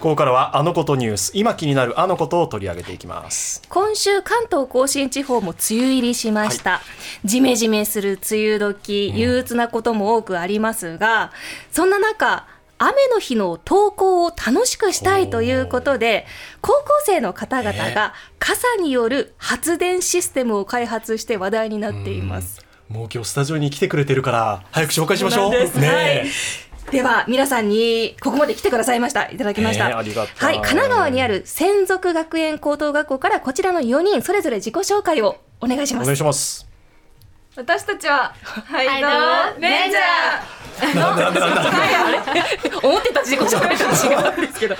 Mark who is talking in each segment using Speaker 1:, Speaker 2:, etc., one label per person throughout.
Speaker 1: ここからはあのことニュース今気になるあのことを取り上げていきます
Speaker 2: 今週関東甲信地方も梅雨入りしました、ジメジメする梅雨時憂鬱なことも多くありますが、そんな中雨の日の登校を楽しくしたいということで高校生の方々が傘による発電システムを開発して話題になっています。
Speaker 1: もう今日スタジオに来てくれてるから早く紹介しましょう
Speaker 2: そうなんですはい
Speaker 1: ね
Speaker 2: では皆さんにここまで来てくださいましたいただきました、
Speaker 1: ねえありがたい
Speaker 2: はい神奈川にある専属学園高等学校からこちらの4人それぞれ自己紹介をお願いし
Speaker 1: えお
Speaker 2: ま
Speaker 1: 願い
Speaker 2: す
Speaker 1: します
Speaker 3: 私たちは、ハイ
Speaker 2: ドウレンジャ思ってた自己紹介と違うんですけど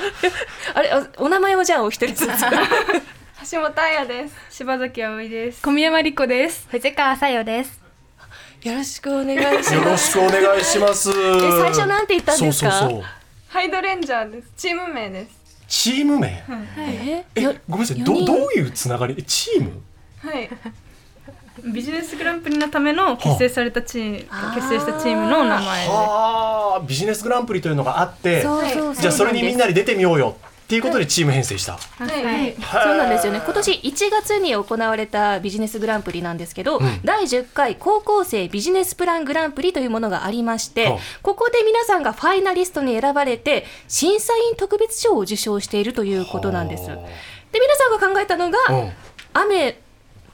Speaker 2: あれおお名前をじゃあお一人ずつ
Speaker 3: ー橋本彩です。柴崎葵です。
Speaker 4: 小宮山莉子です。藤川さよです。
Speaker 2: よろしくお願いし
Speaker 1: よ
Speaker 2: ま
Speaker 1: ろ
Speaker 2: す
Speaker 1: しくお願いします
Speaker 2: え最初なんて言ったんですか
Speaker 1: そうそうそう
Speaker 3: ハイドレンジャーです。チーム名です。
Speaker 1: チーム名
Speaker 2: え
Speaker 1: え
Speaker 2: よ
Speaker 1: ごめんなさい
Speaker 2: 四
Speaker 1: ど
Speaker 2: 人
Speaker 1: どういうつながりえチーム
Speaker 3: はい。ビジネスグランプリのための結成されたチーム、結成したチームの名前で。
Speaker 1: はあビジネスグランプリというのがあって
Speaker 2: そうそうそう
Speaker 1: じゃあそれにみんな
Speaker 2: で
Speaker 1: で出てみようよっていうことでチーム編成した、
Speaker 3: はい。
Speaker 2: そうなんですよね今年1月に行われたビジネスグランプリなんですけど、
Speaker 1: ん
Speaker 2: 第10回高校生ビジネスプラングランプリというものがありまして、
Speaker 1: はあ
Speaker 2: ここで皆さんがファイナリストに選ばれて審査員特別賞を受賞しているということなんです。で
Speaker 1: は
Speaker 2: 皆さんが考えたのが、
Speaker 1: うん
Speaker 2: 雨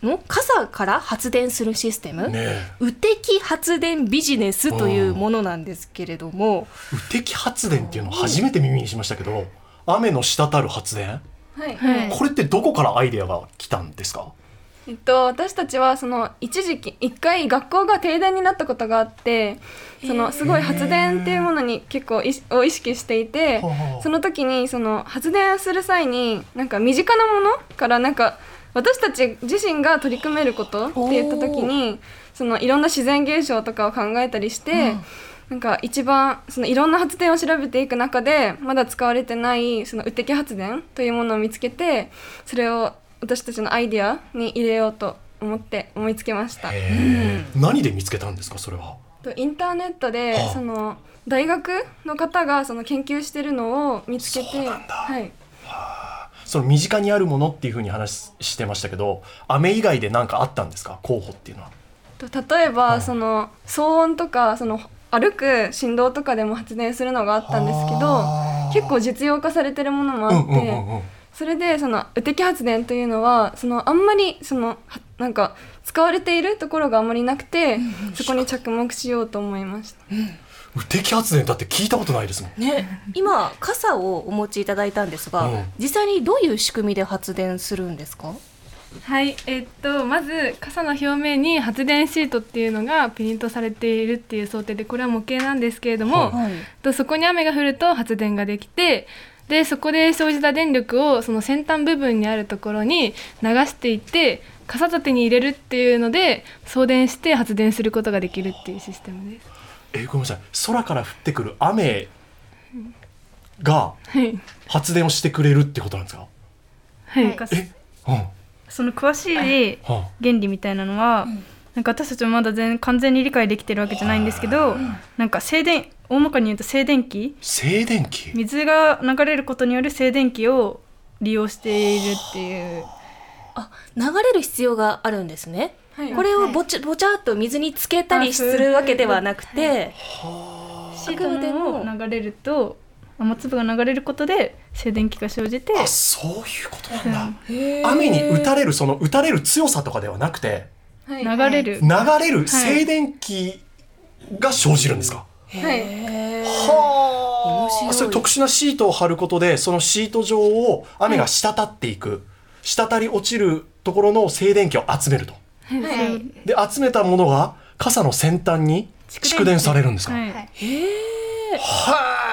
Speaker 2: の傘から発電するシステム、
Speaker 1: ねえ
Speaker 2: 雨滴発電ビジネスというものなんですけれども、
Speaker 1: 雨滴発電っていうのを初めて耳にしましたけど雨の滴る発電
Speaker 3: はい。
Speaker 4: はい。
Speaker 1: これってどこからアイデアが来たんですか
Speaker 3: えっと、私たちはその一時期一回学校が停電になったことがあってそのすごい発電っていうものに結構いしを意識していて
Speaker 1: ほうほう
Speaker 3: その時にその発電する際になんか身近なものからなんか私たち自身が取り組めることって言った時にそのいろんな自然現象とかを考えたりして、なんか一番そのいろんな発電を調べていく中でまだ使われてないその雨滴発電というものを見つけてそれを私たちのアイデアに入れようと思って思いつきました。
Speaker 1: 何で見つけたんですかそれは
Speaker 3: とインターネットで、
Speaker 1: はあ
Speaker 3: その大学の方がその研究してるのを見つけて
Speaker 1: そうなんだ
Speaker 3: はい、
Speaker 1: その身近にあるものっていうふうに話してましたけど雨以外で何かあったんですか候補っていうのは
Speaker 3: と例えば、
Speaker 1: い
Speaker 3: その騒音とかその歩く振動とかでも発電するのがあったんですけど
Speaker 1: あー
Speaker 3: 結構実用化されてるものもあっ
Speaker 1: うん
Speaker 3: て、
Speaker 1: うんうんうん
Speaker 3: それでその雨滴発電というのはそのあんまりそのはなんか使われているところがあんまりなくて、そこに着目しようと思いました。
Speaker 1: 雨滴発電だって聞いたことないですもん
Speaker 2: ね、今傘をお持ちいただいたんですが、
Speaker 1: うん
Speaker 2: 実際にどういう仕組みで発電するんですか
Speaker 4: はい、えっと、まず傘の表面に発電シートっていうのがプリントされているっていう想定で、これは模型なんですけれども。
Speaker 2: はい
Speaker 4: と、そこに雨が降ると発電ができて。で、そこで生じた電力をその先端部分にあるところに流していって。傘立てに入れるっていうので、送電して発電することができるっていうシステムです。
Speaker 1: えごめんなさい空から降ってくる雨が
Speaker 4: はい。
Speaker 1: 発電をしてくれるってことなんですか
Speaker 4: はい。
Speaker 5: なんか
Speaker 1: えうんは
Speaker 5: その詳しい
Speaker 1: あ
Speaker 5: 原理みたいなのは、なんか私たちもまだ全完全に理解できてるわけじゃないんですけど、なんか静電大まかに言うと静電気
Speaker 1: 静電気
Speaker 5: 水が流れることによる静電気を利用しているっていう
Speaker 2: あ流れる必要があるんですね、
Speaker 3: はい
Speaker 2: これをぼちぼちゃっと水につけたりするわけではなくて、
Speaker 5: シートのも流れると雨粒が流れることで静電気が生じて
Speaker 1: あそういうことなんだ、雨に打たれるその打たれる強さとかではなくて
Speaker 3: はい、
Speaker 5: 流れる、
Speaker 1: 流れる静電気が生じるんですか、
Speaker 3: はい
Speaker 1: は
Speaker 2: 面白い
Speaker 1: あそれ特殊なシートを貼ることでそのシート上を雨が滴っていく、滴り落ちるところの静電気を集めると
Speaker 3: はい
Speaker 1: で集めたものが傘の先端に蓄電されるんですか
Speaker 5: はい
Speaker 1: は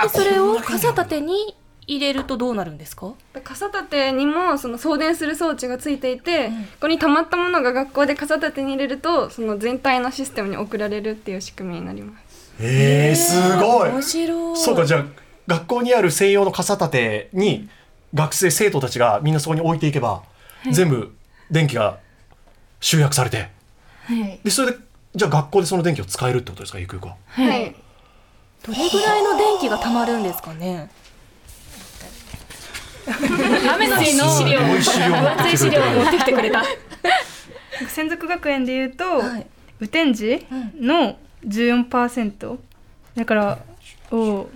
Speaker 1: あ
Speaker 2: でそれを
Speaker 1: こんな風に
Speaker 2: 傘立てに入れるとどうなるんですか
Speaker 3: 傘立てにもその送電する装置がついていて、ここに溜まったものが学校で傘立てに入れるとその全体のシステムに送られるっていう仕組みになります。
Speaker 1: えー、すごい
Speaker 2: 面白い
Speaker 1: そうかじゃあ学校にある西洋の傘立てに学生生徒たちがみんなそこに置いていけば、全部電気が集約されて、でそれでじゃあ学校でその電気を使えるってことですかゆくゆくは。
Speaker 3: はい、
Speaker 2: どれぐらいの電気がたまるんですかね
Speaker 4: 雨の日の
Speaker 2: 資料
Speaker 1: 重い資料を持ってきてくれてる
Speaker 2: 持ってきてくれた。
Speaker 5: 専属学園でいうと、
Speaker 2: はい
Speaker 5: 雨天時の14%だからを
Speaker 1: ほう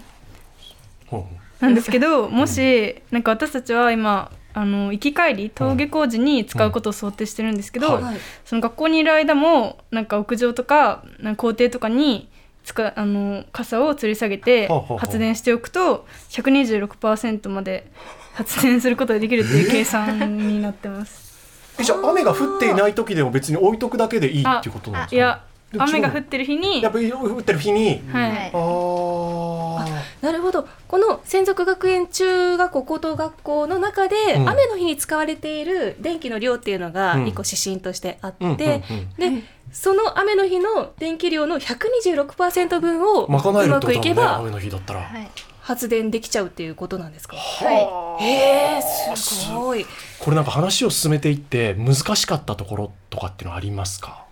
Speaker 1: ほう
Speaker 5: なんですけどもしなんか私たちは今あの行き帰り登下校時に使うことを想定してるんですけど、
Speaker 1: うんはい
Speaker 5: その学校にいる間もなんか屋上とかなんか校庭とかにつかあの傘を吊り下げて
Speaker 1: ほうほうほう
Speaker 5: 発電しておくと126%まで発電することができるっていう計算になってます。
Speaker 1: えじゃあ雨が降っていない時でも別に置いとくだけ でいい
Speaker 5: あ
Speaker 1: っていうことなんですか
Speaker 5: いや
Speaker 1: でも違う
Speaker 5: 雨が降ってる日に
Speaker 1: やっぱり降ってる日に
Speaker 5: はい、
Speaker 1: あー
Speaker 2: なるほどこの専属学園中学校高等学校の中で、
Speaker 1: うん
Speaker 2: 雨の日に使われている電気の量っていうのが
Speaker 1: うん
Speaker 2: 一個指針としてあって、
Speaker 1: うんうんうん
Speaker 2: でその雨の日の電気量の126%分を
Speaker 1: まかなえ
Speaker 2: う
Speaker 1: るっ
Speaker 2: ま
Speaker 1: てこ
Speaker 2: くい
Speaker 1: とだも
Speaker 2: け
Speaker 1: んね
Speaker 2: ば
Speaker 1: 雨の日だったら、
Speaker 6: はい。
Speaker 2: 発電できちゃうっていうことなんですか、
Speaker 6: は
Speaker 2: えー、すごい
Speaker 1: これなんか話を進めていって難しかったところとかっていうのはありますか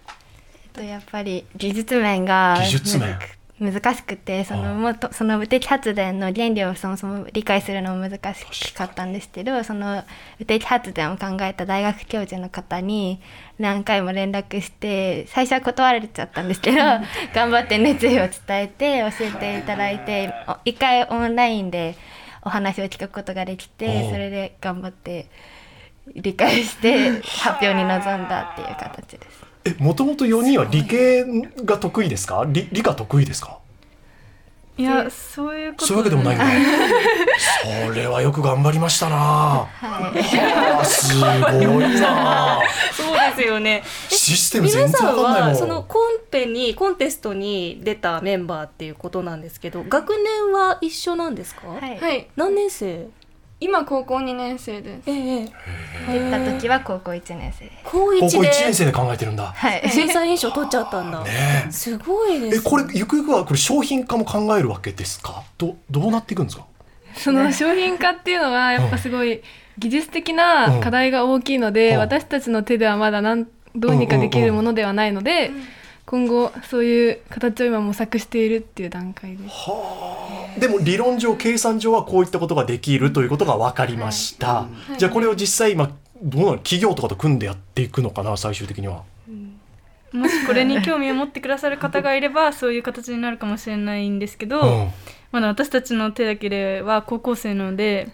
Speaker 6: えっとやっぱり技術面が
Speaker 1: 技術面
Speaker 6: むずく難しくてそ
Speaker 1: ああ
Speaker 6: のもっとその無敵発電の原理をそもそも理解するのも難しかったんですけどその無敵発電を考えた大学教授の方に何回も連絡して最初は断られちゃったんですけど 頑張って熱意を伝えて教えていただいてお一回オンラインでお話を聞くことができ
Speaker 1: お
Speaker 6: て
Speaker 1: う
Speaker 6: それで頑張って理解 して発表に臨んだっていう形です。
Speaker 1: えもともと4人は理系が得意ですか理理科得意ですか
Speaker 5: いやそういうこと
Speaker 1: そういうわけでもないよねそれはよく頑張りましたなはあすごい な
Speaker 2: そうですよね
Speaker 1: システム
Speaker 2: 皆
Speaker 1: 全然わ
Speaker 2: さん
Speaker 1: かんない
Speaker 2: は
Speaker 1: もん
Speaker 2: そのコンペにコンテストに出たメンバーっていうことなんですけど学年は一緒なんですか、
Speaker 6: はい
Speaker 3: はい
Speaker 2: 何年生
Speaker 3: 今高校2年生です
Speaker 2: ええ
Speaker 6: 行った時は高校1年生です。
Speaker 2: 高
Speaker 1: 高
Speaker 2: 一
Speaker 1: 校1
Speaker 2: で
Speaker 1: 年生で考えてるんだ
Speaker 6: はい。
Speaker 2: 審査員賞取っちゃったんだ。
Speaker 1: ね
Speaker 2: すごいで
Speaker 1: え
Speaker 2: す。
Speaker 1: これゆくゆくはこれ商品化も考えるわけですかどどうなっていくんですか
Speaker 4: その商品化っていうのはやっぱすごい技術的な課題が大きいの
Speaker 1: うん
Speaker 4: で
Speaker 1: うん
Speaker 4: 私たちの手ではまだなんどうにかできるものではないので今後そういう形を今模索しているっていう段階です。
Speaker 1: はあでも理論上計算上はこういったことができるということが分かりました、じゃあこれを実際今どうなの企業とかと組んでやっていくのかな最終的には
Speaker 5: もしこれに興味を持ってくださる方がいればそういう形になるかもしれないんですけど、
Speaker 1: うん
Speaker 5: まだ私たちの手だけでは高校生なので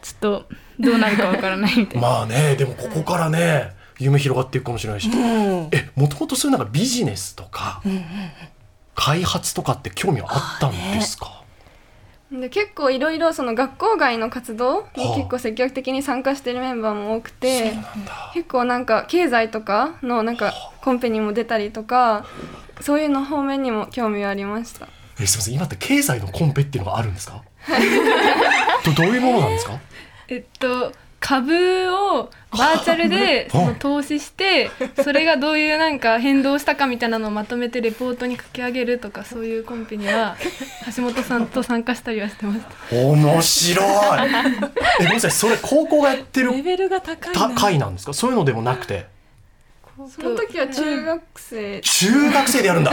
Speaker 5: ちょっとどうなるかわからないみたいな。
Speaker 1: まあねでもここからね夢広がっていくかもしれないし、
Speaker 2: うん。
Speaker 1: えもともとそういうなんかビジネスとか、開発とかって興味はあったんですか、
Speaker 3: で結構いろいろその学校外の活動に
Speaker 1: はあ
Speaker 3: 結構積極的に参加してるメンバーも多くて
Speaker 1: なんだ
Speaker 3: 結構なんか経済とかのなんかコンペにも出たりとかそういうの方面にも興味はありました
Speaker 1: えすみません今って経済のコンペっていうのがあるんです かどどういうものなんですか、
Speaker 4: えっと株をバーチャルでその投資してそれがどういうなんか変動したかみたいなのをまとめてレポートに書き上げるとかそういうコンペには橋本さんと参加したりはしてました
Speaker 1: 面白いえごめんなさいそれ高校がやって
Speaker 2: レ
Speaker 1: る
Speaker 2: ベルが高い
Speaker 1: た
Speaker 2: な。
Speaker 1: 会なんですかそういうのでもなくて
Speaker 3: その時は中学生
Speaker 1: 中学生でや るんだ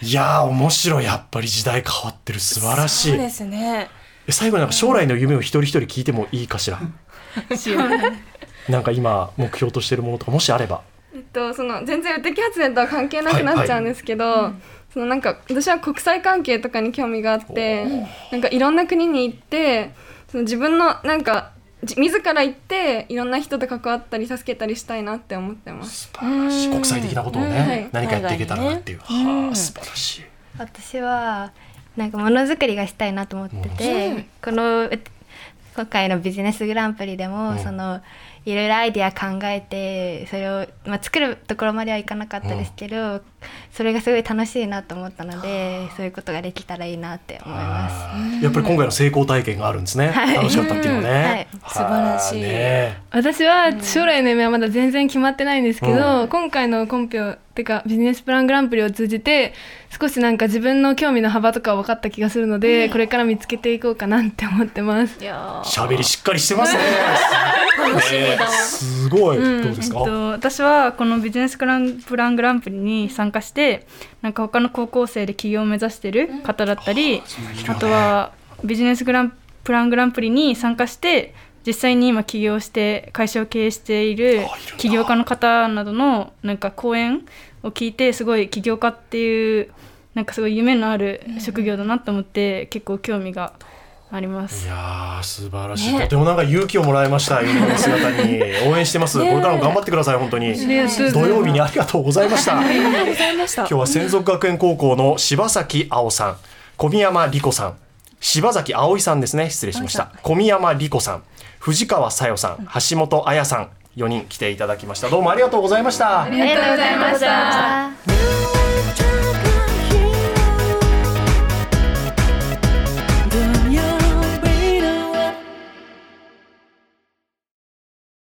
Speaker 1: いやー面白いやっぱり時代変わってる素晴らし
Speaker 2: そう
Speaker 1: い
Speaker 2: ですね。
Speaker 1: え最後になんか将来の夢を一人一人聞いてもいいかしらなんか今目標としてるものとかもしあれば
Speaker 3: えっとその全然無敵発電とは関係なくなっちゃうんですけど、そのなんか私は国際関係とかに興味があってなんかいろんな国に行ってその自分のなんかじ自ら行っていろんな人と関わったり助けたりしたいなって思ってます。
Speaker 1: 素晴らしい国際的なことを
Speaker 2: うんは
Speaker 1: ね
Speaker 2: い
Speaker 1: 何かやっていけたらなっていう、
Speaker 2: 海外にね
Speaker 1: は
Speaker 2: う
Speaker 1: あ
Speaker 2: ん
Speaker 1: 素晴らしい
Speaker 6: 私はなんかものづくりがしたいなと思ってて、このう今回のビジネスグランプリでも、
Speaker 1: うん
Speaker 6: そのいろいろアイディア考えてそれを、まあ、作るところまではいかなかったですけど、それがすごい楽しいなと思ったのでそういうことができたらいいなって思います。
Speaker 1: あーやっぱり今回の成功体験があるんですね、
Speaker 6: はい
Speaker 1: 楽しかったっていうのは
Speaker 6: うんは
Speaker 1: ね
Speaker 6: い、
Speaker 1: はあ
Speaker 2: 素晴らしい
Speaker 1: ね
Speaker 4: 私は将来の夢はまだ全然決まってないんですけど、今回のコンペをてかビジネスプラングランプリを通じて少しなんか自分の興味の幅とか分かった気がするので、これから見つけていこうかなって思ってます。
Speaker 2: いや
Speaker 1: 喋りしっかりしてますね
Speaker 2: 楽しみだ。
Speaker 1: すごい、
Speaker 5: うん
Speaker 1: どうですか、
Speaker 5: えっと、私はこのビジネスグランプラングランプリに参加してなんか他の高校生で起業を目指してる方だったり、あとはビジネスグランプラングランプリに参加して実際に今起業して会社を経営している起業家の方などのなんか講演を聞いてすごい起業家っていうなんかすごい夢のある職業だなと思って結構興味がありま
Speaker 1: い
Speaker 5: す。
Speaker 1: やー素晴らしい、とてもなんか勇気をもらいましたゆりの姿に応援してます、これからも頑張ってください本当に
Speaker 5: ありがとうございます
Speaker 1: 土曜日にありがとうございました今日は専属学園高校の柴崎青さん小宮山理子さん柴崎葵さんですね失礼しました小宮山理子さん藤川さよさん橋本彩さん4人来ていただきましたどうもありがとうございました
Speaker 6: ありがとうございました。